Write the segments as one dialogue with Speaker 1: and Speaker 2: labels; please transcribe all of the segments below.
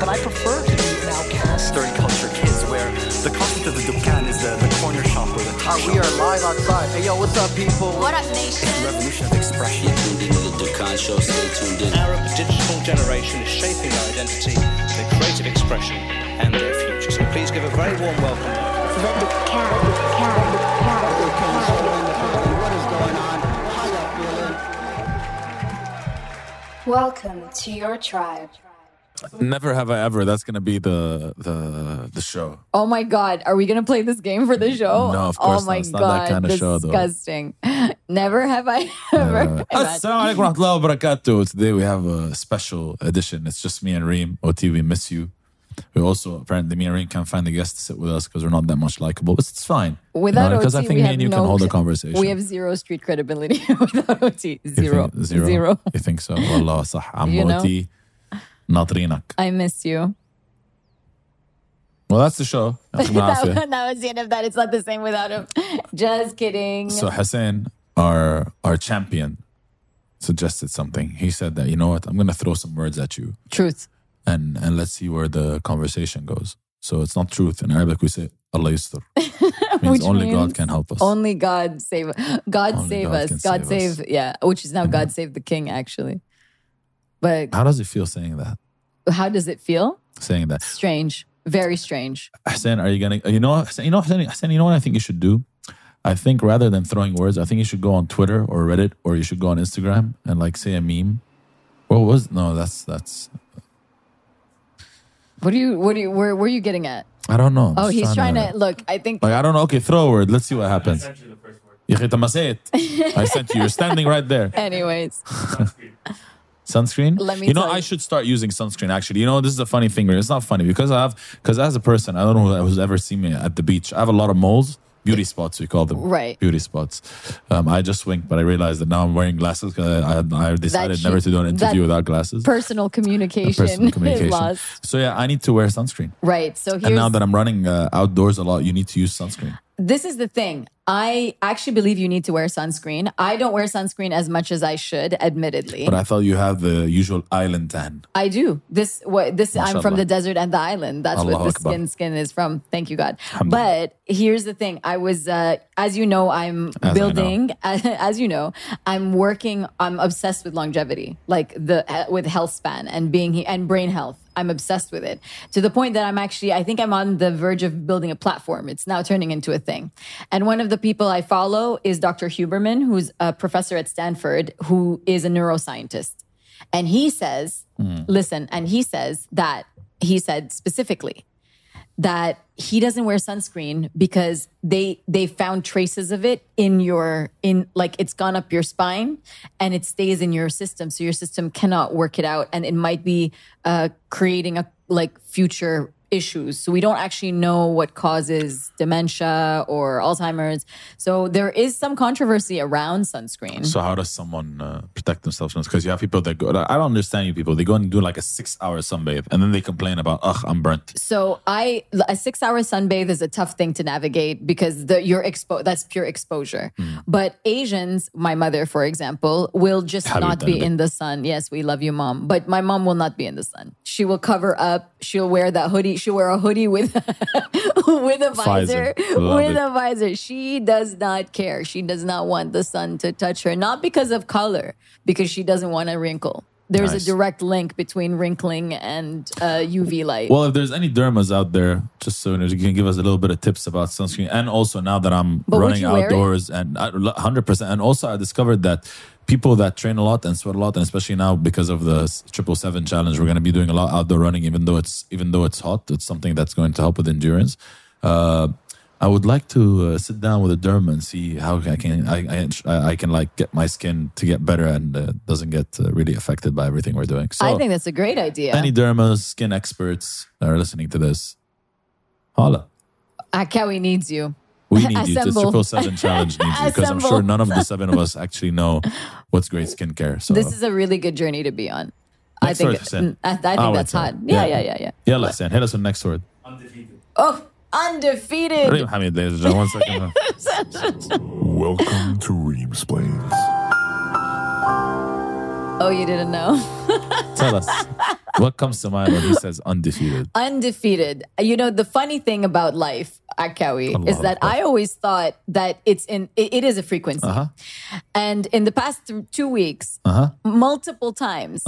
Speaker 1: But I prefer to be now cast during Culture Kids, where the concept of the Dukan is the, the corner shop or the top
Speaker 2: Uh, we
Speaker 1: shop.
Speaker 2: are live outside. Hey, yo, what's up, people?
Speaker 3: What up, nation?
Speaker 1: Revolution of expression.
Speaker 4: tuned into the Decon Show. Stay tuned in.
Speaker 5: Arab digital generation is shaping their identity, their creative expression, and their future. So please give a very warm welcome.
Speaker 6: Welcome to your tribe.
Speaker 7: Never have I ever. That's gonna be the the the show.
Speaker 8: Oh my god, are we gonna play this game for the show?
Speaker 7: No, of course
Speaker 8: Oh
Speaker 7: not.
Speaker 8: my
Speaker 7: It's not that
Speaker 8: god,
Speaker 7: kind of show, though.
Speaker 8: disgusting. Never have I
Speaker 7: Uh,
Speaker 8: ever.
Speaker 7: Assalamu alaikum warahmatullahi wabarakatuh. Today we have a special edition. It's just me and Reem. OT, we miss you. We also apparently me and Reem can't find a guest to sit with us because we're not that much likable, but it's fine.
Speaker 8: Without
Speaker 7: because
Speaker 8: OT,
Speaker 7: I think
Speaker 8: we
Speaker 7: me
Speaker 8: have
Speaker 7: and you
Speaker 8: no,
Speaker 7: can hold a conversation.
Speaker 8: We have zero street credibility without OT.
Speaker 7: You
Speaker 8: Zero.
Speaker 7: think- zero.
Speaker 8: Zero.
Speaker 7: You think so? Wallah, صح. I'm
Speaker 8: You know?
Speaker 7: OT. ناطرينك.
Speaker 8: I miss you.
Speaker 7: Well, that's the show. يعطيكم
Speaker 8: that,
Speaker 7: العافية.
Speaker 8: was- that was the end of that. It's not the same without him. Just kidding.
Speaker 7: So Hussein, our our champion, suggested something. He said that you know what? I'm gonna throw some words at you,
Speaker 8: Truth.
Speaker 7: and and let's see where the conversation goes. So it's not truth in Arabic. We say Allah yustur. means
Speaker 8: Which
Speaker 7: only
Speaker 8: means
Speaker 7: God can help us.
Speaker 8: Only God save God
Speaker 7: Only
Speaker 8: save
Speaker 7: God
Speaker 8: us.
Speaker 7: can
Speaker 8: God
Speaker 7: save
Speaker 8: save,
Speaker 7: us. Mm-hmm.
Speaker 8: yeah, which is now God save the king actually. But
Speaker 7: How does it feel saying that?
Speaker 8: how does it feel?
Speaker 7: Saying that,
Speaker 8: Strange. Very strange.
Speaker 7: Hussein, are you gonna? You know, Hussein, you know, Hussein, Hussein, you know what I think you should do. I think rather than throwing words, I think you should go on Twitter or Reddit or you should go on Instagram and like say a meme. What was no? That's that's
Speaker 8: What do you what do you where where are you getting at?
Speaker 7: I don't know. I'm
Speaker 8: Oh,
Speaker 7: just
Speaker 8: he's trying to look, I think
Speaker 7: Like I don't know. Okay, throw a word. Let's see what happens. I sent you the first word. say it. I sent you. You're standing right there.
Speaker 8: anyways.
Speaker 7: Sunscreen.
Speaker 8: Let me
Speaker 7: You know,
Speaker 8: tell
Speaker 7: I
Speaker 8: you.
Speaker 7: should start using sunscreen. Actually, you know, this is a funny thing. It's not funny because I have because as a person, I don't know who's ever seen me at the beach. I have a lot of moles. Beauty spots, we call them.
Speaker 8: Right.
Speaker 7: Beauty spots. Um, I just winked, but I realized that now I'm wearing glasses because I, I, I decided
Speaker 8: should-
Speaker 7: never to do an interview
Speaker 8: that-
Speaker 7: without glasses.
Speaker 8: Personal communication,
Speaker 7: Personal communication.
Speaker 8: laws.
Speaker 7: So yeah, I need to wear sunscreen.
Speaker 8: Right. So here's
Speaker 7: And now that I'm running uh, outdoors a lot, you need to use sunscreen.
Speaker 8: this is the thing. I actually believe you need to wear sunscreen. I don't wear sunscreen as much as I should, admittedly.
Speaker 7: But I thought you have the usual island tan.
Speaker 8: I do. This what this I'm from
Speaker 7: Mashallah.
Speaker 8: the desert and the island. That's what
Speaker 7: Allahu
Speaker 8: the
Speaker 7: Akbar.
Speaker 8: skin skin is from. Thank you God. But here's the thing. I was uh, as you know I'm
Speaker 7: I know.
Speaker 8: building as you know, I'm working I'm obsessed with longevity, like the uh, with health span and being he- and brain health. I'm obsessed with it to the point that I'm actually I think I'm on the verge of building a platform. It's now turning into a thing. And one of the people I follow is Dr. Huberman, who's a professor at Stanford who is a neuroscientist. And he says, listen, and he says that he said specifically that he doesn't wear sunscreen because they they found traces of it in your in like it's gone up your spine and it stays in your system so your system cannot work it out and it might be uh creating a like future issues so we don't actually know what causes dementia or alzheimer's so there is some controversy around sunscreen
Speaker 7: So how does someone uh, protect themselves from this? Because you have people that go. I don't understand you people. They go and do like a six-hour sunbathe, and then they complain about, "Ugh, I'm burnt."
Speaker 8: So I a six hour sunbathe is a tough thing to navigate because the you're expo- that's pure exposure.
Speaker 7: Hmm.
Speaker 8: But Asians, my mother, for example, will just
Speaker 7: Habib
Speaker 8: not be
Speaker 7: Talib.
Speaker 8: in the sun. Yes, we love you, mom. But my mom will not be in the sun. She will cover up. She'll wear that hoodie. She'll wear a hoodie with with a visor.
Speaker 7: Visor. Love
Speaker 8: with
Speaker 7: it.
Speaker 8: a visor. She does not care. She does not want the sun to touch her. Not because of color, because she doesn't want to wrinkle. There's
Speaker 7: Nice.
Speaker 8: a direct link between wrinkling and uh, UV light.
Speaker 7: Well, if there's any dermas out there, just so you, know, you can give us a little bit of tips about sunscreen. And also now that I'm
Speaker 8: But would
Speaker 7: running
Speaker 8: you wear it?
Speaker 7: outdoors and hundred percent, and also I discovered that people that train a lot and sweat a lot, and especially now because of the triple seven challenge, we're going to be doing a lot outdoor running. Even though it's even though it's hot, it's something that's going to help with endurance. Uh, I would like to uh, sit down with a derm and see how I can I, I, I can like get my skin to get better and uh, doesn't get uh, really affected by everything we're doing. So
Speaker 8: I think that's a great idea.
Speaker 7: any dermas, skin experts that are listening to this, holla.
Speaker 8: Akawi Ah, needs you.
Speaker 7: We need you. This
Speaker 8: Assemble.
Speaker 7: triple seven challenge needs you because I'm
Speaker 8: Assemble.
Speaker 7: sure none of the seven of us actually know what's great skincare. So
Speaker 8: This is a really good journey to be on.
Speaker 7: Oh.
Speaker 8: I
Speaker 7: Next
Speaker 8: think, uh,
Speaker 7: word, Hussein.
Speaker 8: I, I think
Speaker 7: Our
Speaker 8: that's hot.
Speaker 7: turn.
Speaker 8: Yeah,
Speaker 7: Yeah.
Speaker 8: yeah, yeah, yeah.
Speaker 7: yeah, let's hit us with next word.
Speaker 8: Oh, undefeated.
Speaker 7: Hamid, ladies and gentlemen, one second.
Speaker 9: Welcome to Reamsplains.
Speaker 8: Oh, you didn't know.
Speaker 7: Tell us what comes to mind when he says undefeated.
Speaker 8: undefeated. You know, the funny thing about life, Akawi, is
Speaker 7: Allah
Speaker 8: that
Speaker 7: Akbar.
Speaker 8: I always thought that it's in it, it is a frequency.
Speaker 7: Uh-huh.
Speaker 8: And in the past th- two weeks, multiple
Speaker 7: Uh-huh.
Speaker 8: times,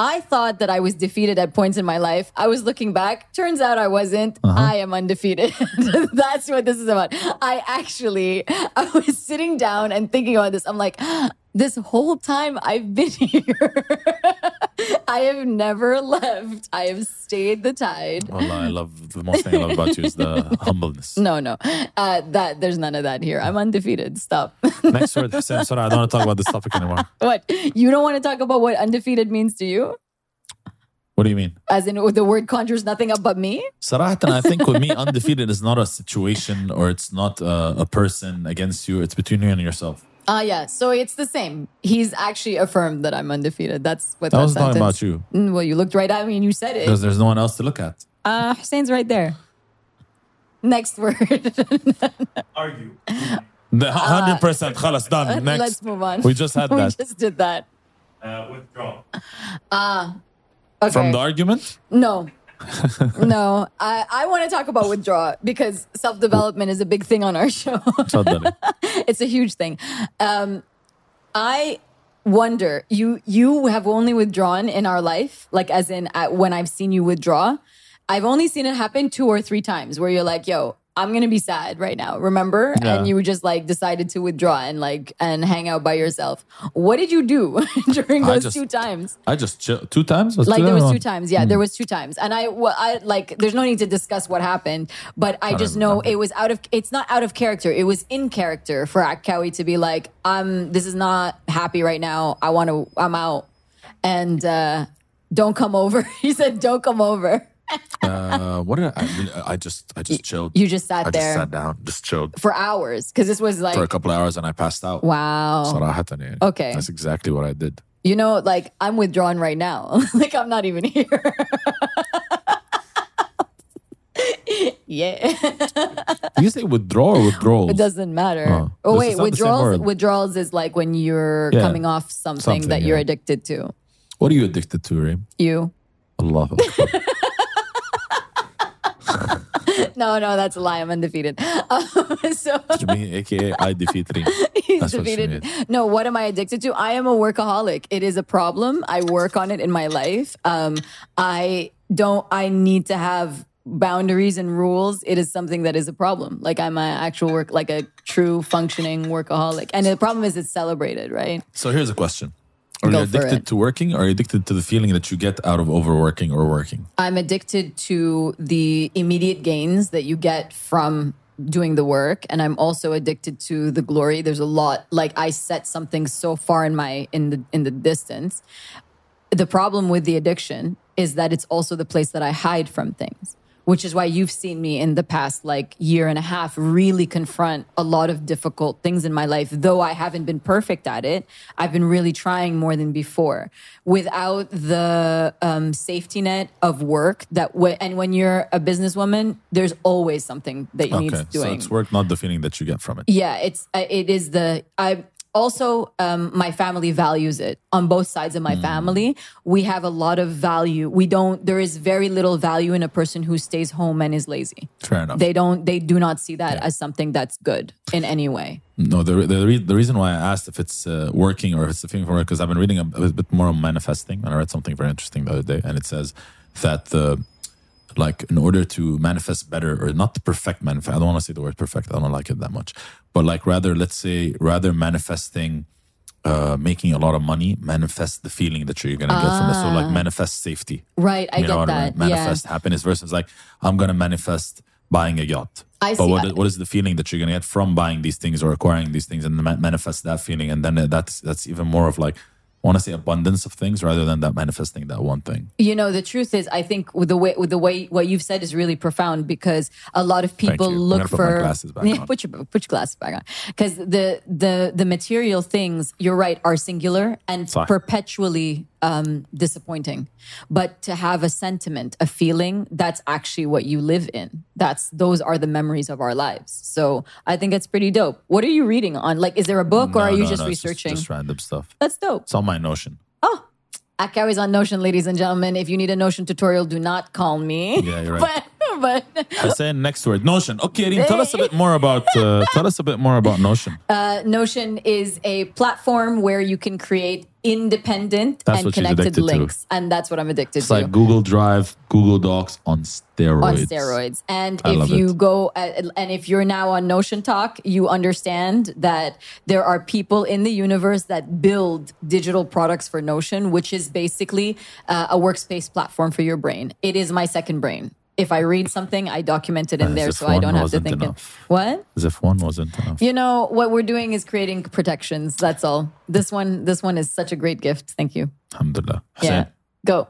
Speaker 8: I thought that I was defeated at points in my life. I was looking back. Turns out I wasn't. I am undefeated. That's what this is about. I actually, I was sitting down and thinking about this. I'm like, this whole time I've been here, I have never left. I have stayed the tide.
Speaker 7: Wallah, I love the most thing I love about you is the humbleness.
Speaker 8: No, no, uh, that there's none of that here. I'm undefeated. Stop.
Speaker 7: Next word, Hussein. Sorry, I don't want to talk about this topic anymore.
Speaker 8: what? You don't want to talk about what undefeated means to you?
Speaker 7: What do you mean?
Speaker 8: As in, the word conjures nothing up but me?
Speaker 7: Sarahatan, I think with me, undefeated is not a situation or it's not a, a person against you. It's between you and yourself.
Speaker 8: Ah, yeah. So it's the same. He's actually affirmed that I'm undefeated. That's what
Speaker 7: I
Speaker 8: that
Speaker 7: was talking
Speaker 8: sentence-
Speaker 7: about you
Speaker 8: Mm, well, you looked right at me and you said it.
Speaker 7: because there's no one else to look at.
Speaker 8: Uh, Hussein's right there. Next word.
Speaker 7: The 100%. Khalas, done. Next.
Speaker 8: Uh, Let's move on.
Speaker 7: We just had
Speaker 8: we
Speaker 7: that.
Speaker 8: just did that. Uh, withdraw. Ah.
Speaker 7: From
Speaker 8: okay.
Speaker 7: the argument?
Speaker 8: no. no, I, I want to talk about withdraw because self development is a big thing on our show.
Speaker 7: تفضلي.
Speaker 8: it's a huge thing. Um, I wonder you you have only withdrawn in our life, like as in at, when I've seen you withdraw. I've only seen it happen two or three times where you're like, "Yo, I'm gonna be sad right now," remember?
Speaker 7: Yeah.
Speaker 8: And you just like decided to withdraw and like and hang out by yourself. What did you do during
Speaker 7: I
Speaker 8: those
Speaker 7: just-
Speaker 8: two times?
Speaker 7: I just chill. Two times? Was
Speaker 8: Like
Speaker 7: two
Speaker 8: there was
Speaker 7: times?
Speaker 8: two times, yeah,
Speaker 7: Hmm.
Speaker 8: there was two times, and I, well, I like. There's no need to discuss what happened, but I, just know
Speaker 7: remember.
Speaker 8: it was out of. It's not out of character. It was in character for Akawi to be like, "I'm. This is not happy right now. I want to. I'm out, and uh, don't come over." he said, "Don't come over."
Speaker 7: Uh, what did I, I, mean, I just I just chilled.
Speaker 8: You just sat
Speaker 7: I
Speaker 8: there
Speaker 7: just sat down, just chilled
Speaker 8: for hours because this was like,
Speaker 7: for a couple hours, and I passed out.
Speaker 8: wow.
Speaker 7: صراحةً يعني.
Speaker 8: Okay.
Speaker 7: That's exactly what I did.
Speaker 8: You know, like I'm withdrawn right now. like I'm not even here. yeah.
Speaker 7: Do you say withdraw or withdrawals?
Speaker 8: It doesn't matter.
Speaker 7: Oh.
Speaker 8: Oh,
Speaker 7: This
Speaker 8: wait,
Speaker 7: is not the same
Speaker 8: withdrawals.
Speaker 7: word.
Speaker 8: Withdrawals is like when you're
Speaker 7: Yeah.
Speaker 8: coming off something,
Speaker 7: Something,
Speaker 8: that you're
Speaker 7: yeah.
Speaker 8: addicted to.
Speaker 7: What are you addicted to, Reem?
Speaker 8: You.
Speaker 7: Allah.
Speaker 8: No, no, that's a lie. I'm undefeated. Um, so
Speaker 7: mean, AKA I defeat Reem.
Speaker 8: he's
Speaker 7: That's what she
Speaker 8: defeated. No, what am I addicted to? I am a workaholic. It is a problem. I work on it in my life. Um, I don't. I need to have boundaries and rules. It is something that is a problem. Like I'm an actual work, like a true functioning workaholic. And the problem is it's celebrated, right?
Speaker 7: So here's a question. Are
Speaker 8: Go
Speaker 7: you
Speaker 8: for
Speaker 7: addicted
Speaker 8: it.
Speaker 7: to working or are you addicted to the feeling that you get out of overworking or working?
Speaker 8: I'm addicted to the immediate gains that you get from doing the work and I'm also addicted to the glory. There's a lot like I set something so far in my in the in the distance. The problem with the addiction is that it's also the place that I hide from things, which is why you've seen me in the past like year and a half really confront a lot of difficult things in my life though I haven't been perfect at it. I've been really trying more than before without the um, safety net of work that w- and when you're a businesswoman there's always something that you need
Speaker 7: okay.
Speaker 8: doing
Speaker 7: So it's work, not the feeling that you get from it.
Speaker 8: yeah it's uh, it is the i also um, my family values it on both sides of my
Speaker 7: Mm.
Speaker 8: family we have a lot of value we don't there is very little value in a person who stays home and is lazy
Speaker 7: Fair enough.
Speaker 8: they don't they do not see that as something that's good in any way
Speaker 7: No, the, the, re- the reason why I asked if it's uh, working or if it's a feeling for work, because I've been reading a, a bit more on manifesting, and I read something very interesting the other day, and it says that the like in order to manifest better or not to perfect manifest, I don't want to say the word perfect, I don't like it that much, but like rather, let's say rather manifesting, uh, making a lot of money, manifest the feeling that you're gonna get from it. So like manifest safety.
Speaker 8: right i
Speaker 7: you know
Speaker 8: get
Speaker 7: what I
Speaker 8: that
Speaker 7: mean? Manifest happiness versus like I'm gonna manifest buying a yacht.
Speaker 8: I
Speaker 7: but
Speaker 8: see.
Speaker 7: what is, what is the feeling that you're gonna get from buying these things or acquiring these things, and ma- manifest that feeling, and then uh, that's that's even more of like I want to say abundance of things rather than that manifesting that one thing.
Speaker 8: You know, the truth is, I think with the way with the way what you've said is really profound because a lot of people
Speaker 7: you. I'm
Speaker 8: look
Speaker 7: gonna put my
Speaker 8: for
Speaker 7: glasses back
Speaker 8: yeah,
Speaker 7: on.
Speaker 8: put your put your glasses back on because the the the material things you're right are singular and
Speaker 7: Sorry.
Speaker 8: perpetually um, disappointing, but to have a sentiment, a feeling, that's actually what you live in. That's those are the memories of our lives. So I think it's pretty dope. What are you reading on? Like, is there a book or
Speaker 7: No,
Speaker 8: are you
Speaker 7: no,
Speaker 8: just
Speaker 7: no, it's
Speaker 8: researching?
Speaker 7: Just, random stuff.
Speaker 8: that's dope.
Speaker 7: It's on my Notion.
Speaker 8: Oh, at Carries on Notion, ladies and gentlemen. If you need a Notion tutorial, do not call me.
Speaker 7: Yeah, you're right.
Speaker 8: but but
Speaker 7: Hassan, next word, Notion. Okay, Reem, tell us a bit more about uh, tell us a bit more about Notion.
Speaker 8: Notion is a platform where you can create independent
Speaker 7: That's
Speaker 8: and
Speaker 7: what she's
Speaker 8: connected
Speaker 7: addicted to.
Speaker 8: links, and that's what I'm addicted
Speaker 7: It's
Speaker 8: to.
Speaker 7: like Google Drive, Google Docs on steroids.
Speaker 8: on steroids. And
Speaker 7: I love
Speaker 8: if you
Speaker 7: it.
Speaker 8: go uh, and if you're now on Notion Talk, you understand that there are people in the universe that build digital products for Notion, which is basically uh, a workspace platform for your brain. It is my second brain. If I read something, I document it in
Speaker 7: As
Speaker 8: there,
Speaker 7: if
Speaker 8: so I
Speaker 7: one
Speaker 8: don't have to
Speaker 7: wasn't
Speaker 8: think. Of,
Speaker 7: enough.
Speaker 8: what?
Speaker 7: As if one wasn't enough.
Speaker 8: You know what we're doing is creating protections. That's all. This one, this one is such a great gift. Thank you.
Speaker 7: Alhamdulillah.
Speaker 8: Yeah.
Speaker 7: Hassan,
Speaker 8: Go.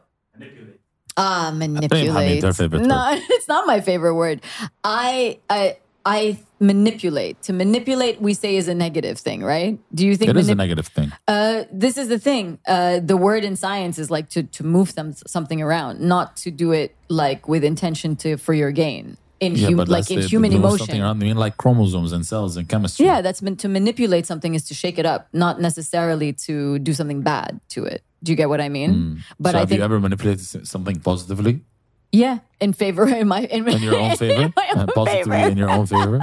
Speaker 8: Ah,
Speaker 7: Abdul Hamid,
Speaker 8: manipulate.
Speaker 7: their favorite
Speaker 8: No, it's not my favorite word. I, I, I manipulate. To manipulate, we say is a negative thing, right? Do you think
Speaker 7: It is a
Speaker 8: manip-
Speaker 7: negative thing.
Speaker 8: uh, this is the thing? Uh, the word in science is like to to move them something around, not to do it like with intention to for your gain in hum- like
Speaker 7: that's
Speaker 8: in
Speaker 7: the-
Speaker 8: human
Speaker 7: there was
Speaker 8: emotion.
Speaker 7: Something around, I mean, like chromosomes and cells and chemistry.
Speaker 8: Yeah, that's meant to manipulate something is to shake it up, not necessarily to do something bad to it. Do you get what I mean? But
Speaker 7: Mm. so
Speaker 8: I
Speaker 7: have
Speaker 8: think
Speaker 7: you ever manipulated s- something positively
Speaker 8: yeah, in favor in my in,
Speaker 7: in your own favor?
Speaker 8: my own
Speaker 7: Uh, positively
Speaker 8: favor.
Speaker 7: in your own favor?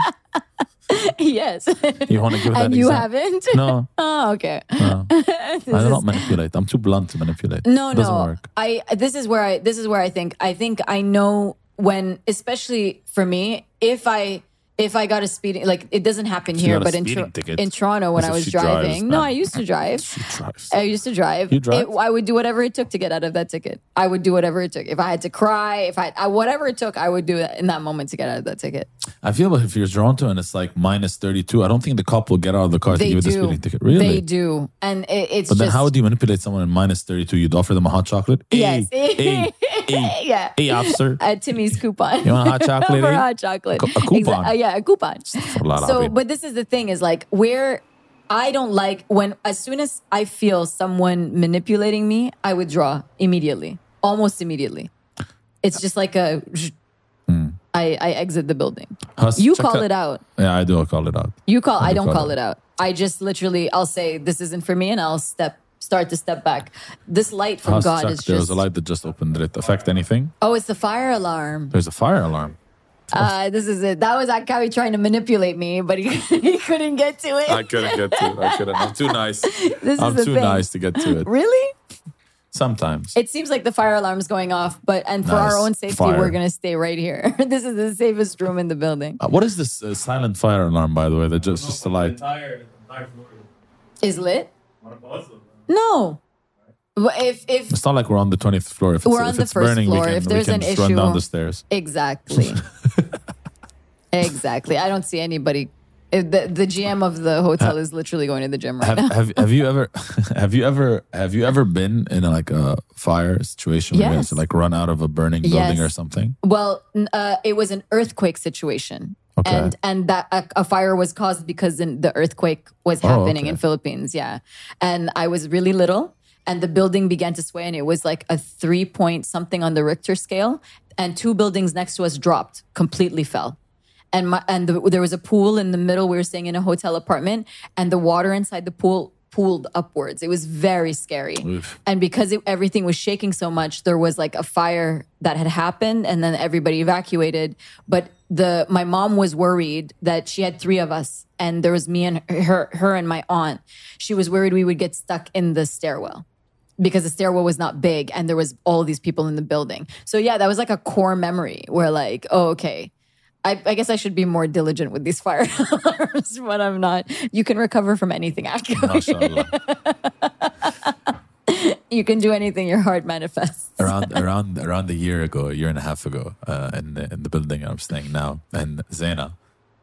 Speaker 8: yes.
Speaker 7: You want to give that
Speaker 8: and you
Speaker 7: example?
Speaker 8: haven't?
Speaker 7: No,
Speaker 8: Oh, okay.
Speaker 7: I don't manipulate. I'm too blunt to manipulate.
Speaker 8: No,
Speaker 7: It doesn't
Speaker 8: no.
Speaker 7: work.
Speaker 8: I this is where I this is where I think I think I know when especially for me if I if I got a speeding like it doesn't happen
Speaker 7: She
Speaker 8: here
Speaker 7: got a
Speaker 8: but in,
Speaker 7: speeding
Speaker 8: Tor-
Speaker 7: ticket.
Speaker 8: in Toronto when
Speaker 7: That's
Speaker 8: I
Speaker 7: if
Speaker 8: was
Speaker 7: she drives,
Speaker 8: driving no
Speaker 7: man.
Speaker 8: I used to drive
Speaker 7: She drives.
Speaker 8: I used to drive.
Speaker 7: You drive?
Speaker 8: It- I would do whatever it took to get out of that ticket. I would do whatever it took. If I had to cry, if I, I whatever it took, I would do it in that moment to get out of that ticket.
Speaker 7: I feel like if you're Toronto and it's like minus 32, I don't think the cop will get out of the car to
Speaker 8: They
Speaker 7: give you the
Speaker 8: do.
Speaker 7: speeding ticket. Really?
Speaker 8: They do, and it, it's
Speaker 7: But then
Speaker 8: just
Speaker 7: how would you manipulate someone in minus 32? You'd offer them a hot chocolate?
Speaker 8: Yes.
Speaker 7: Hey, hey, hey,
Speaker 8: yeah.
Speaker 7: hey, officer.
Speaker 8: a Timmy's coupon.
Speaker 7: You want a hot chocolate,
Speaker 8: For
Speaker 7: eh?
Speaker 8: hot chocolate.
Speaker 7: Co- a coupon.
Speaker 8: Exa- uh, yeah, a coupon.
Speaker 7: Astaghfirullah
Speaker 8: So,
Speaker 7: alazim.
Speaker 8: but this is the thing is like where I don't like when as soon as I feel someone manipulating me, I withdraw immediately, almost immediately. It's just like a. I, I exit the building.
Speaker 7: Hus,
Speaker 8: You
Speaker 7: Hmm. check
Speaker 8: call it out.
Speaker 7: Yeah, I do. I call it out.
Speaker 8: You call. I don't
Speaker 7: call
Speaker 8: call
Speaker 7: it
Speaker 8: it out. I just literally, I'll say this isn't for me, and I'll step, start to step back. This light from
Speaker 7: Hus,
Speaker 8: Oh, God
Speaker 7: check.
Speaker 8: is
Speaker 7: there
Speaker 8: just.
Speaker 7: was a light that just opened. Did it affect anything?
Speaker 8: Oh, it's the fire alarm.
Speaker 7: There's a fire alarm. Oh.
Speaker 8: Uh, this is it. That was Akawi trying to manipulate me, but he, he couldn't get to it.
Speaker 7: couldn't get to it. I couldn't. I'm too nice.
Speaker 8: this
Speaker 7: I'm
Speaker 8: is the
Speaker 7: too
Speaker 8: thing.
Speaker 7: nice to get to it.
Speaker 8: Really?
Speaker 7: Sometimes.
Speaker 8: It seems like the fire alarm's going off, but and for
Speaker 7: Nice.
Speaker 8: our own safety,
Speaker 7: Fire.
Speaker 8: we're gonna stay right here. this is the safest room in the building.
Speaker 7: Uh, what is this uh, silent fire alarm, by the way? That just, just a light.
Speaker 8: Is lit? No. Well, If if
Speaker 7: It's not like we're on the 20th floor. If it's,
Speaker 8: We're
Speaker 7: if
Speaker 8: on the
Speaker 7: it's
Speaker 8: first
Speaker 7: burning,
Speaker 8: floor.
Speaker 7: we can,
Speaker 8: If
Speaker 7: we
Speaker 8: there's
Speaker 7: can
Speaker 8: an
Speaker 7: just run down
Speaker 8: issue-
Speaker 7: the stairs.
Speaker 8: exactly, exactly. I don't see anybody. Uh, The the GM of the hotel is literally going to the gym right
Speaker 7: have,
Speaker 8: now.
Speaker 7: have have you ever have you ever have you ever been in like a fire situation where you have
Speaker 8: Yes.
Speaker 7: to like run out of a burning building
Speaker 8: Yes.
Speaker 7: or something?
Speaker 8: Well, n- uh, it was an earthquake situation,
Speaker 7: Okay.
Speaker 8: and and that a, a fire was caused because in, the earthquake was
Speaker 7: Oh,
Speaker 8: happening in
Speaker 7: okay.
Speaker 8: Philippines. Yeah, and I was really little, and the building began to sway, and it was like a three point something on the Richter scale, and two buildings next to us dropped, completely fell. And my, and the, there was a pool in the middle. We were staying in a hotel apartment, and the water inside the pool pooled upwards. It was very scary.
Speaker 7: Oof.
Speaker 8: And because it, everything was shaking so much, there was like a fire that had happened, and then everybody evacuated. But the my mom was worried that she had three of us, and there was me and her, her and my aunt. She was worried we would get stuck in the stairwell because the stairwell was not big, and there was all these people in the building. So yeah, that was like a core memory where like, oh okay. I, I guess I should be more diligent with these fire alarms, but I'm not. You can recover from anything, actually.
Speaker 7: Mashallah.
Speaker 8: You can do anything your heart manifests.
Speaker 7: around around around a year ago, a year and a half ago, uh, in the, in the building I'm staying now, and Zaina,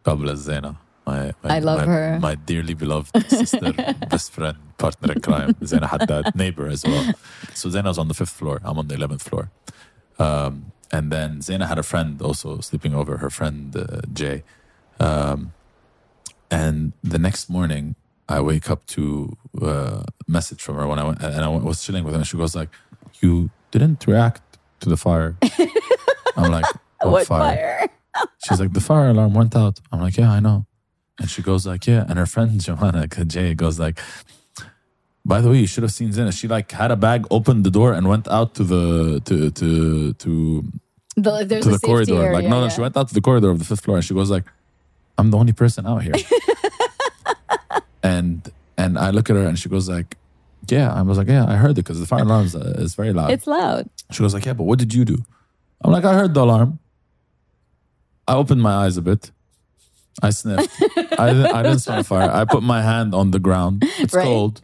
Speaker 7: God bless Zaina, my, my
Speaker 8: I love
Speaker 7: my,
Speaker 8: her.
Speaker 7: my dearly beloved sister, best friend, partner in crime, Zaina Haddad, neighbor as well. So Zaina's on the fifth floor, I'm on the eleventh floor, um, and then Zaina had a friend also sleeping over, her friend uh, Jay, um, and the next morning. I wake up to uh, a message from her when I went, and I was chilling with her. And she goes like, "You didn't react to the fire." I'm like, "What, She's like, the fire alarm went out. I'm like, yeah, I know. And she goes like, yeah. And her friend Joanna Jay goes like, By the way, you should have seen Zena. She like had a bag, opened the door, and went out to the to to to
Speaker 8: The, there's
Speaker 7: to the
Speaker 8: a safety
Speaker 7: corridor.
Speaker 8: Area,
Speaker 7: like no, no,
Speaker 8: yeah.
Speaker 7: she went out to the corridor of the fifth floor, and she goes like, "I'm the only person out here." and and I look at her, and she goes like, "Yeah." I was like, "Yeah, I heard it because the fire alarm is, uh, is very loud."
Speaker 8: It's loud.
Speaker 7: She goes like, "Yeah, but what did you do?" I'm like, "I heard the alarm. I opened my eyes a bit. I sniffed. I, didn't- I didn't smell a fire. I put my hand on the ground. It's
Speaker 8: Right.
Speaker 7: cold.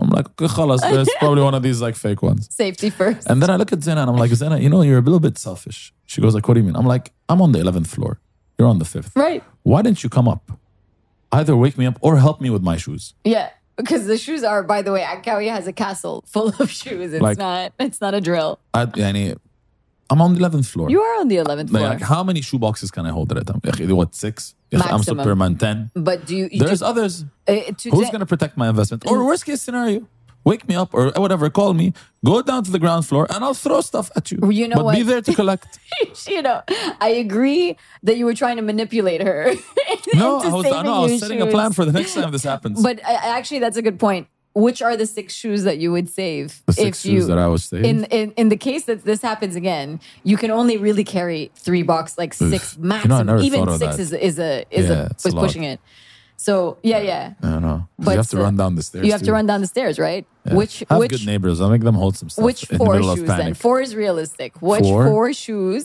Speaker 7: I'm like, okay, خلاص, there's probably one of these like fake ones."
Speaker 8: Safety first.
Speaker 7: And then I look at Zena and I'm like, "Zena, you know, you're a little bit selfish." She goes like, "What do you mean?" I'm like, "I'm on the 11th floor. You're on the fifth.
Speaker 8: right.
Speaker 7: Why didn't you come up? Either wake me up or help me with my shoes."
Speaker 8: Yeah. Because the shoes are, by the way, Akawi has a castle full of shoes. It's
Speaker 7: Like-
Speaker 8: not. It's not a drill.
Speaker 7: I, يعني, I'm on the 11th floor.
Speaker 8: You are on the eleventh floor,
Speaker 7: like, how many shoe boxes can I hold at a time? يا أخي, What six? يا أخي, I'm
Speaker 8: Maximum.
Speaker 7: Superman ten.
Speaker 8: but do you? you
Speaker 7: There's
Speaker 8: do,
Speaker 7: others.
Speaker 8: uh, Mm. today,
Speaker 7: Who's going to protect my investment? Or worst case scenario, wake me up or whatever, call me, go down to the ground floor and I'll throw stuff at you.
Speaker 8: You know
Speaker 7: but be
Speaker 8: what?
Speaker 7: there to collect.
Speaker 8: you know, I agree that you were trying to manipulate her.
Speaker 7: no,
Speaker 8: into
Speaker 7: I was,
Speaker 8: saving
Speaker 7: no, I was
Speaker 8: your
Speaker 7: setting a
Speaker 8: shoes.
Speaker 7: plan for the next time this happens.
Speaker 8: But uh, actually, that's a good point. Which are the six shoes that you would save
Speaker 7: the six
Speaker 8: if you?
Speaker 7: shoes that I was saved.
Speaker 8: in, in in the case that this happens again, you can only really carry three box, like six
Speaker 7: You know, I
Speaker 8: maximum.
Speaker 7: never thought
Speaker 8: Even
Speaker 7: of
Speaker 8: six
Speaker 7: that.
Speaker 8: is is a is
Speaker 7: Yeah,
Speaker 8: a
Speaker 7: it's
Speaker 8: was
Speaker 7: a lot.
Speaker 8: pushing it. So yeah, yeah.
Speaker 7: I don't know. 'Cause
Speaker 8: But
Speaker 7: You have to
Speaker 8: uh,
Speaker 7: run down the stairs.
Speaker 8: You have
Speaker 7: too.
Speaker 8: to run down the stairs, right? Which
Speaker 7: Have
Speaker 8: which
Speaker 7: good neighbors. I'll make them hold some stuff
Speaker 8: which
Speaker 7: in the
Speaker 8: four
Speaker 7: middle
Speaker 8: shoes
Speaker 7: of
Speaker 8: then?
Speaker 7: panic.
Speaker 8: Four is realistic. Which
Speaker 7: Four?
Speaker 8: four, shoes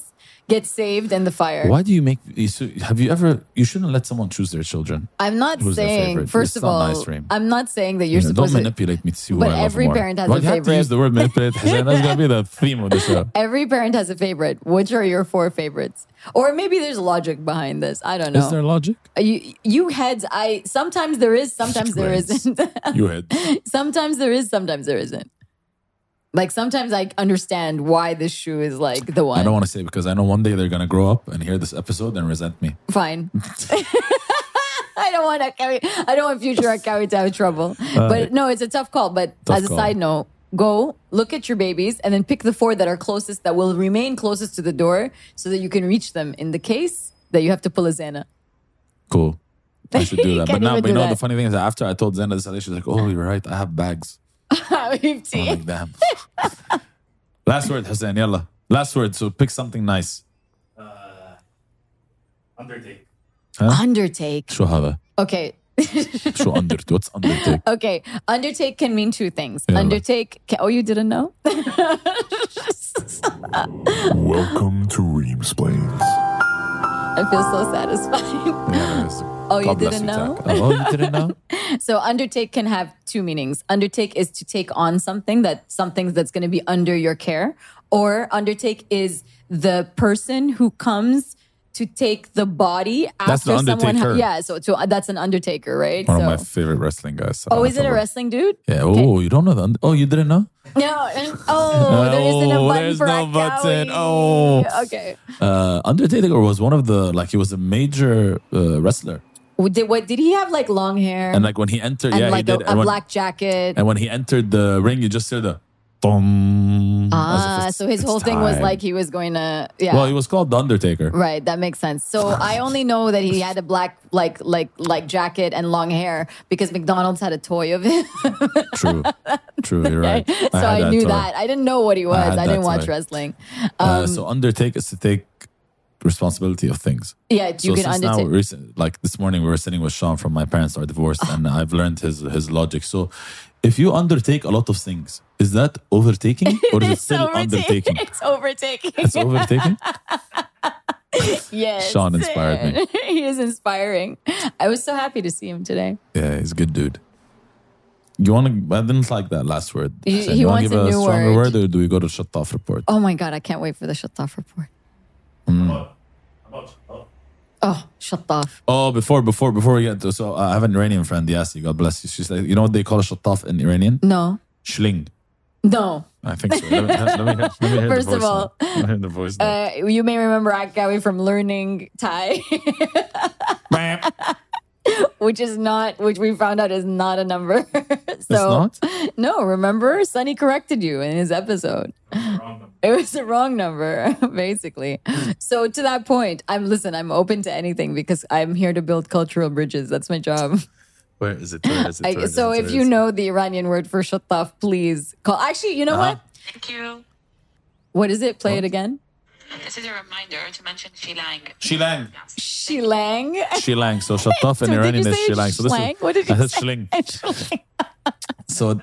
Speaker 8: get saved in the fire?
Speaker 7: Why do you make? you so- Have you ever? You shouldn't let someone choose their children.
Speaker 8: I'm not
Speaker 7: Who's their
Speaker 8: saying.
Speaker 7: favorite?
Speaker 8: First
Speaker 7: It's
Speaker 8: of
Speaker 7: not
Speaker 8: all,
Speaker 7: nice, Reem.
Speaker 8: I'm not saying that you're
Speaker 7: You know, don't
Speaker 8: supposed to.
Speaker 7: manipulate me to see who
Speaker 8: But
Speaker 7: I love
Speaker 8: every
Speaker 7: more.
Speaker 8: parent has
Speaker 7: Why
Speaker 8: a
Speaker 7: do you have to
Speaker 8: favorite.
Speaker 7: use the word manipulate. Hassan? That's gonna be the theme of the show.
Speaker 8: Every parent has a favorite. Which are your four favorites? Or maybe there's logic behind this. I don't know.
Speaker 7: Is there logic?
Speaker 8: Uh, you, you heads, I sometimes there is, sometimes there
Speaker 7: Great.
Speaker 8: isn't.
Speaker 7: You had.
Speaker 8: sometimes there is, sometimes there isn't. Like sometimes I understand why this shoe is like the one.
Speaker 7: I don't want to say because I know one day they're gonna grow up and hear this episode and resent me.
Speaker 8: Fine. I don't want Akawi. I don't want future Akawi to have trouble. but no, it's a tough call. But
Speaker 7: Uh, Tough
Speaker 8: as a
Speaker 7: call.
Speaker 8: side note, go look at your babies and then pick the four that are closest, that will remain closest to the door, so that you can reach them. In the case that you have to pull a Xana.
Speaker 7: Cool. I should do
Speaker 8: You
Speaker 7: that. But
Speaker 8: can't
Speaker 7: now,
Speaker 8: even
Speaker 7: but you
Speaker 8: do
Speaker 7: know, the
Speaker 8: that.
Speaker 7: funny thing is, that after I told Zena this, idea, she's like, "Oh, you're right. I have bags."
Speaker 8: We've
Speaker 7: I'm
Speaker 8: seen.
Speaker 7: like, "Damn." Last word, Hassan. Yalla. Last word. So pick something nice.
Speaker 3: Undertake.
Speaker 8: Undertake.
Speaker 7: شو هذا؟
Speaker 8: Okay.
Speaker 7: شو undertake? What's undertake?
Speaker 8: Okay. Undertake can mean two things.
Speaker 7: Yeah.
Speaker 8: Undertake. Can, oh, you didn't know?
Speaker 9: Welcome to Reams Plains.
Speaker 8: I feel so satisfied.
Speaker 7: Oh,
Speaker 8: you didn't know?
Speaker 7: Oh, you didn't know?
Speaker 8: So undertake can have two meanings. Undertake is to take on something that something that's going to be under your care, or undertake is the person who comes to take the body
Speaker 7: That's the
Speaker 8: after someone.
Speaker 7: undertaker.
Speaker 8: yeah, so to, that's an undertaker, right?
Speaker 7: One
Speaker 8: so,
Speaker 7: of my favorite wrestling guys.
Speaker 8: oh, is it a wrestling dude?
Speaker 7: Yeah.
Speaker 8: Okay.
Speaker 7: Oh, you don't know the under- Oh, you didn't know?
Speaker 8: No. and- Oh, there isn't a
Speaker 7: Oh,
Speaker 8: button
Speaker 7: there's
Speaker 8: for
Speaker 7: no
Speaker 8: Akawi.
Speaker 7: button. Oh.
Speaker 8: Okay.
Speaker 7: Uh, Undertaker was one of the like he was a major uh, wrestler,
Speaker 8: What Did, what, did he have like long hair
Speaker 7: and like when he entered,
Speaker 8: and
Speaker 7: yeah,
Speaker 8: like
Speaker 7: he
Speaker 8: a,
Speaker 7: did.
Speaker 8: a
Speaker 7: and, when,
Speaker 8: black jacket?
Speaker 7: and when he entered the ring, you just hear the boom.
Speaker 8: Ah, so his whole thing was like he was going to yeah.
Speaker 7: Well, he was called the Undertaker.
Speaker 8: Right, that makes sense. So I only know that he had a black like like like jacket and long hair because McDonald's had a toy of him.
Speaker 7: True, true. You're right.
Speaker 8: so
Speaker 7: had
Speaker 8: I, knew
Speaker 7: toy.
Speaker 8: that. um, I didn't know what he
Speaker 7: had
Speaker 8: was. I,
Speaker 7: that
Speaker 8: didn't watch
Speaker 7: toy.
Speaker 8: wrestling.
Speaker 7: uh, so Undertaker is to take responsibility of things.
Speaker 8: Yeah, you
Speaker 7: so
Speaker 8: can
Speaker 7: since now,
Speaker 8: undertake.
Speaker 7: recent, like this morning, we were sitting with Sean from my parents are divorced, and I've learned his his logic. So, if you undertake a lot of things, is that overtaking or is it
Speaker 8: it's
Speaker 7: still
Speaker 8: overtaking.
Speaker 7: undertaking?
Speaker 8: It's overtaking.
Speaker 7: It's overtaking.
Speaker 8: yes.
Speaker 7: Sean inspired me.
Speaker 8: he is inspiring. I was so happy to see him today.
Speaker 7: Yeah, he's a good dude. You want to? I didn't like that last word.
Speaker 8: He-
Speaker 7: Hassan.
Speaker 8: he
Speaker 7: you wanna
Speaker 8: wants
Speaker 7: give
Speaker 8: a new
Speaker 7: stronger
Speaker 8: word.
Speaker 7: word. or do we go to shut off report?
Speaker 8: Oh my god, I can't wait for the shut off report.
Speaker 3: About, about.
Speaker 8: Oh, shut off.
Speaker 7: Oh, before before before we get to so uh, I have an Iranian friend. Yes, God bless you. She's like, you know what they call a shataf in Iranian?
Speaker 8: No.
Speaker 7: Shling.
Speaker 8: No.
Speaker 7: I think so. Let me, let me, hear- let me hear
Speaker 8: First
Speaker 7: the
Speaker 8: of
Speaker 7: voice
Speaker 8: all,
Speaker 7: now. Let me hear the voice now.
Speaker 8: Uh, you may remember Akawi from learning Thai. which is not which we found out is not a number. so
Speaker 7: not?
Speaker 8: no, remember Sunny corrected you in his episode. It was the wrong number, basically. So to that point, I'm listen, I'm open to anything because I'm here to build cultural bridges. That's my job.
Speaker 7: Where is it? Where is it?
Speaker 8: I,
Speaker 7: Where is it?
Speaker 8: so
Speaker 7: Where
Speaker 8: if
Speaker 7: is
Speaker 8: you
Speaker 7: it?
Speaker 8: know the Iranian word for shataf, please call. Actually, you know
Speaker 7: Uh-huh.
Speaker 8: what?
Speaker 3: Thank you.
Speaker 8: What is it? Play it again.
Speaker 3: This is a reminder to mention Shilang.
Speaker 7: Shilang.
Speaker 8: Shilang.
Speaker 7: Shilang. So shataf in
Speaker 8: So did you
Speaker 7: Iranian is
Speaker 8: say
Speaker 7: shilang. So this
Speaker 8: shlang?
Speaker 7: is,
Speaker 8: What did you
Speaker 7: I said
Speaker 8: say?
Speaker 7: shilling.
Speaker 8: Shilang.
Speaker 7: So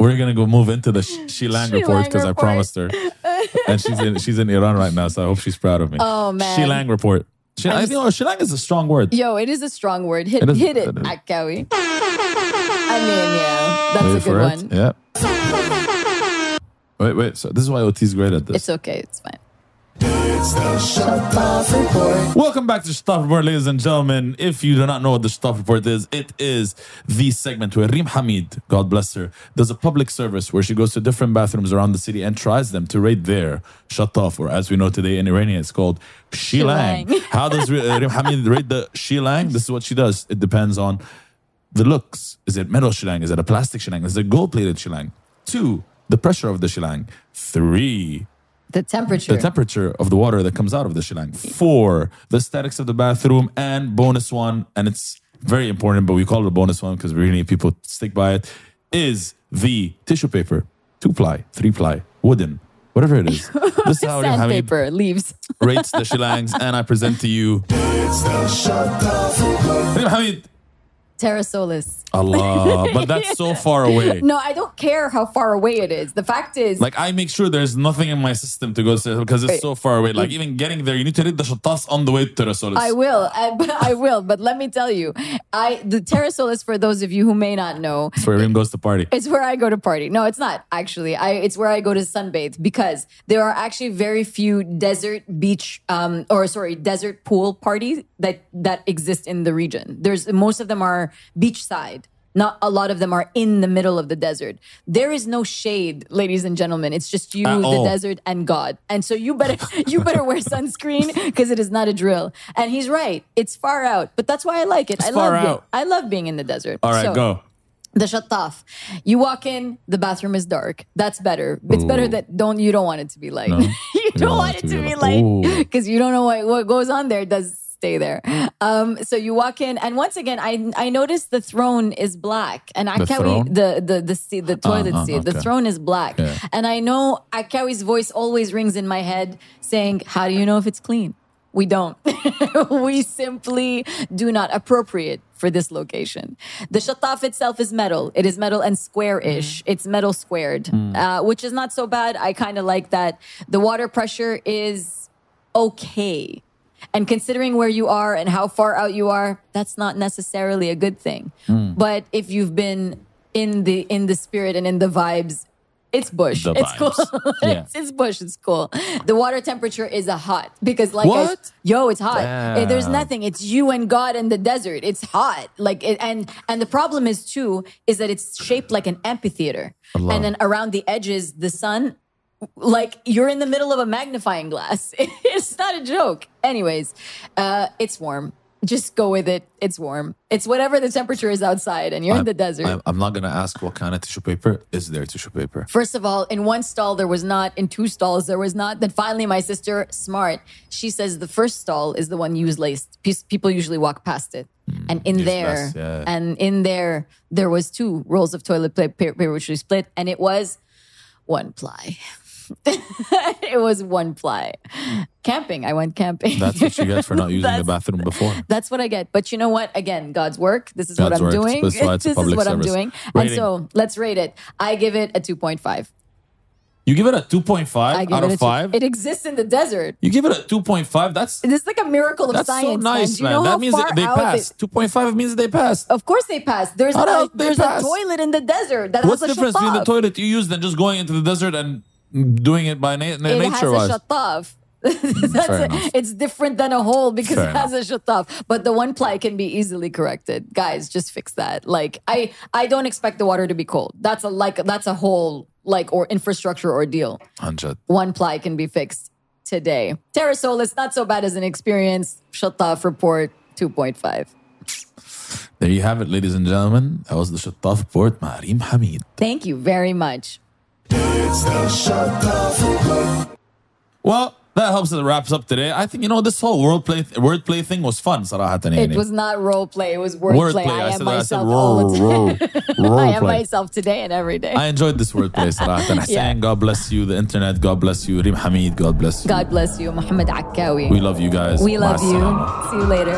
Speaker 7: we're gonna go move into the sh- Shilang report
Speaker 8: Shilang
Speaker 7: because I
Speaker 8: report.
Speaker 7: promised her, and she's in she's in Iran right now. So I hope she's proud of me.
Speaker 8: Oh, man.
Speaker 7: Shilang report. Shil- I think- oh, Shilang is a strong word.
Speaker 8: Yo, it is a strong word. Hit
Speaker 7: It
Speaker 8: it,
Speaker 7: is-
Speaker 8: hit it,
Speaker 7: it is.
Speaker 8: Akawi. I mean, yeah, that's
Speaker 7: Wait
Speaker 8: a good
Speaker 7: for it.
Speaker 8: one.
Speaker 7: Yeah. Wait, wait. So this is why OT is great at this.
Speaker 8: It's okay. It's fine.
Speaker 7: Welcome back to Stuff Report, ladies and gentlemen. If you do not know what the Stuff Report is, it is the segment where Reem Hamid, God bless her, does a public service where she goes to different bathrooms around the city and tries them to rate their shataf, or as we know today in Iranian, it's called shilang.
Speaker 8: Shilang.
Speaker 7: How does Re- uh, Reem Hamid rate the shilang? This is what she does. It depends on the looks. Is it metal shilang? Is it a plastic shilang? Is it a gold plated shilang? Two, the pressure of the shilang. Three,
Speaker 8: The temperature.
Speaker 7: the temperature of the water that comes out of the shilling. Four, the statics of the bathroom, and bonus one, and it's very important, but we call it a bonus one because we really need people to stick by it, is the tissue paper, two ply, three ply, wooden, whatever it is. This is how Reem Hamid
Speaker 8: Sandpaper, leaves.
Speaker 7: rates the shillangs, and I present to you Reem Hamid.
Speaker 8: Terrasolis.
Speaker 7: Allah, but that's so far away.
Speaker 8: No, I don't care how far away it is. The fact is,
Speaker 7: Like I make sure there's nothing in my system to go to because it's so far away. Like even getting there, you need to read the shatas on the way to Rasulullah.
Speaker 8: I will. I, I will. But let me tell you, I the Terrasolis, for those of you who may not know,
Speaker 7: That's where Reem goes to party.
Speaker 8: It's where I go to party. No, it's not actually. I it's where I go to sunbathe because there are actually very few desert beach um or sorry, desert pool parties that that exist in the region. There's most of them are beachside. Not a lot of them are in the middle of the desert. There is no shade, ladies and gentlemen. It's just you,
Speaker 7: At
Speaker 8: the
Speaker 7: all.
Speaker 8: desert, and God. And so you better you better wear sunscreen because it is not a drill. And he's right. It's far out, but that's why I like it. I
Speaker 7: far
Speaker 8: love
Speaker 7: out.
Speaker 8: it. I love being in the desert.
Speaker 7: All right,
Speaker 8: So-
Speaker 7: go.
Speaker 8: the shataf. You walk in, the bathroom is dark. That's better. It's better that don't you don't want it to be light.
Speaker 7: No.
Speaker 8: you don't want it to be light
Speaker 7: Ooh.
Speaker 8: because you don't know what, what goes on there. It does stay there. Um, so you walk in, and once again, I I noticed the throne is black, and Akawi
Speaker 7: throne?
Speaker 8: the Uh-huh, the the seat, the toilet
Speaker 7: uh,
Speaker 8: seat, the
Speaker 7: okay.
Speaker 8: throne is black,
Speaker 7: Yeah.
Speaker 8: and I know Akawi's voice always rings in my head saying, "How do you know if it's clean?" We don't. we simply do not appropriate for this location. The shataf itself is metal. It is metal and square-ish. It's metal squared, uh, which is not so bad. I kind of like that. The water pressure is okay. And considering where you are and how far out you are, that's not necessarily a good thing.
Speaker 7: Hmm.
Speaker 8: But if you've been in the in the spirit and in the vibes, it's bush.
Speaker 7: The
Speaker 8: it's
Speaker 7: vibes.
Speaker 8: cool.
Speaker 7: Yeah.
Speaker 8: it's, it's bush. It's cool. The water temperature is a hot because like I-
Speaker 7: What?
Speaker 8: yo, it's hot. Eh, There's
Speaker 7: Damn.
Speaker 8: nothing. It's you and God in the desert. It's hot. Like it, and and the problem is too is that it's shaped like an amphitheater,
Speaker 7: Allah.
Speaker 8: and then around the edges, the sun like you're in the middle of a magnifying glass. It's not a joke. Anyways, uh, it's warm. Just go with it. It's warm. It's whatever the temperature is outside, and you're in the desert.
Speaker 7: I'm, I'm not gonna ask what kind of tissue paper is there tissue paper.
Speaker 8: First of all, in one stall there was not, in two stalls there was not. Then finally, my sister, smart, she says the first stall is the one used least. Pe- People usually walk past it, and in
Speaker 7: used
Speaker 8: there,
Speaker 7: less, Hmm, yeah.
Speaker 8: and in there, there was two rolls of toilet pla- paper which we split, and it was one ply. it was one ply. Camping, I went camping.
Speaker 7: That's what you get for not using the
Speaker 8: That's-
Speaker 7: bathroom before.
Speaker 8: That's what I get. But you know what? Again, God's work. This is what
Speaker 7: God's
Speaker 8: I'm
Speaker 7: work.
Speaker 8: doing.
Speaker 7: That's why it's a
Speaker 8: this is
Speaker 7: public
Speaker 8: what I'm
Speaker 7: service.
Speaker 8: doing.
Speaker 7: Rating.
Speaker 8: And so let's rate it. I give it a 2.5.
Speaker 7: You give it a 2.5
Speaker 8: I give
Speaker 7: out
Speaker 8: it a
Speaker 7: of
Speaker 8: two-
Speaker 7: five.
Speaker 8: It exists in the desert.
Speaker 7: You give it a 2.5. That's
Speaker 8: This is like a miracle of
Speaker 7: that's so
Speaker 8: science. man.
Speaker 7: nice,
Speaker 8: Do you know
Speaker 7: man.
Speaker 8: how
Speaker 7: That means
Speaker 8: far
Speaker 7: they, they
Speaker 8: out
Speaker 7: passed. 2.5 means they passed.
Speaker 8: Of course they pass. There's
Speaker 7: How the
Speaker 8: a,
Speaker 7: hell they
Speaker 8: there's
Speaker 7: pass?
Speaker 8: a toilet in the desert that
Speaker 7: What's the
Speaker 8: has a
Speaker 7: difference between the
Speaker 8: shataf.
Speaker 7: toilet you use than just going into the desert and doing it by na-
Speaker 8: It
Speaker 7: nature
Speaker 8: has
Speaker 7: wise?
Speaker 8: a shataf. That's
Speaker 7: Fair
Speaker 8: it.
Speaker 7: enough.
Speaker 8: It's different than a hole because
Speaker 7: Fair
Speaker 8: it has a shataf. But the one ply can be easily corrected. Guys, just fix that. Like I, I don't expect the water to be cold. That's a like that's a whole like or infrastructure ordeal.
Speaker 7: 100.
Speaker 8: one ply can be fixed today. Terrasol is not so bad as an experience. Shataf report 2.5.
Speaker 7: There you have it, ladies and gentlemen. That was the Shattaf report, Marim Hamid.
Speaker 8: Thank you very much.
Speaker 7: Well, that helps it wraps up today. I think you know this whole world play word play thing was fun. Sarahatan
Speaker 8: It
Speaker 7: yani.
Speaker 8: was not role play. It was wordplay.
Speaker 7: Wordplay. I
Speaker 8: I, am
Speaker 7: said that. I said
Speaker 8: myself all the
Speaker 7: roar, roar,
Speaker 8: time. I
Speaker 7: roleplay.
Speaker 8: am myself today and every day.
Speaker 7: I enjoyed this wordplay, Sarahatan. Hussein,
Speaker 8: Yeah.
Speaker 7: God bless you. The internet, God bless you. Reem Hamid, God bless you.
Speaker 8: God bless you, Muhammad Akkawi.
Speaker 7: We love you guys.
Speaker 8: We love
Speaker 7: Ma'a
Speaker 8: you.
Speaker 7: salama.
Speaker 8: See you later.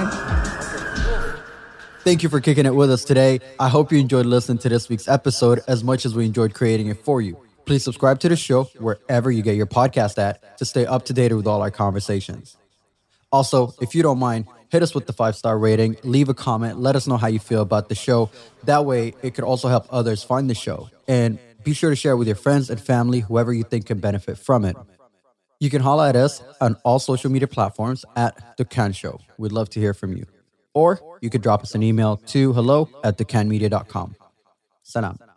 Speaker 2: Thank you for kicking it with us today. I hope you enjoyed listening to this week's episode as much as we enjoyed creating it for you. Please subscribe to the show wherever you get your podcast at to stay up to date with all our conversations. Also, if you don't mind, hit us with the five star rating, leave a comment, let us know how you feel about the show. That way, it could also help others find the show. And be sure to share with your friends and family, whoever you think can benefit from it. You can holla at us on all social media platforms at The Can Show. We'd love to hear from you. Or you could drop us an email to hello at thecanmedia.com. Salam.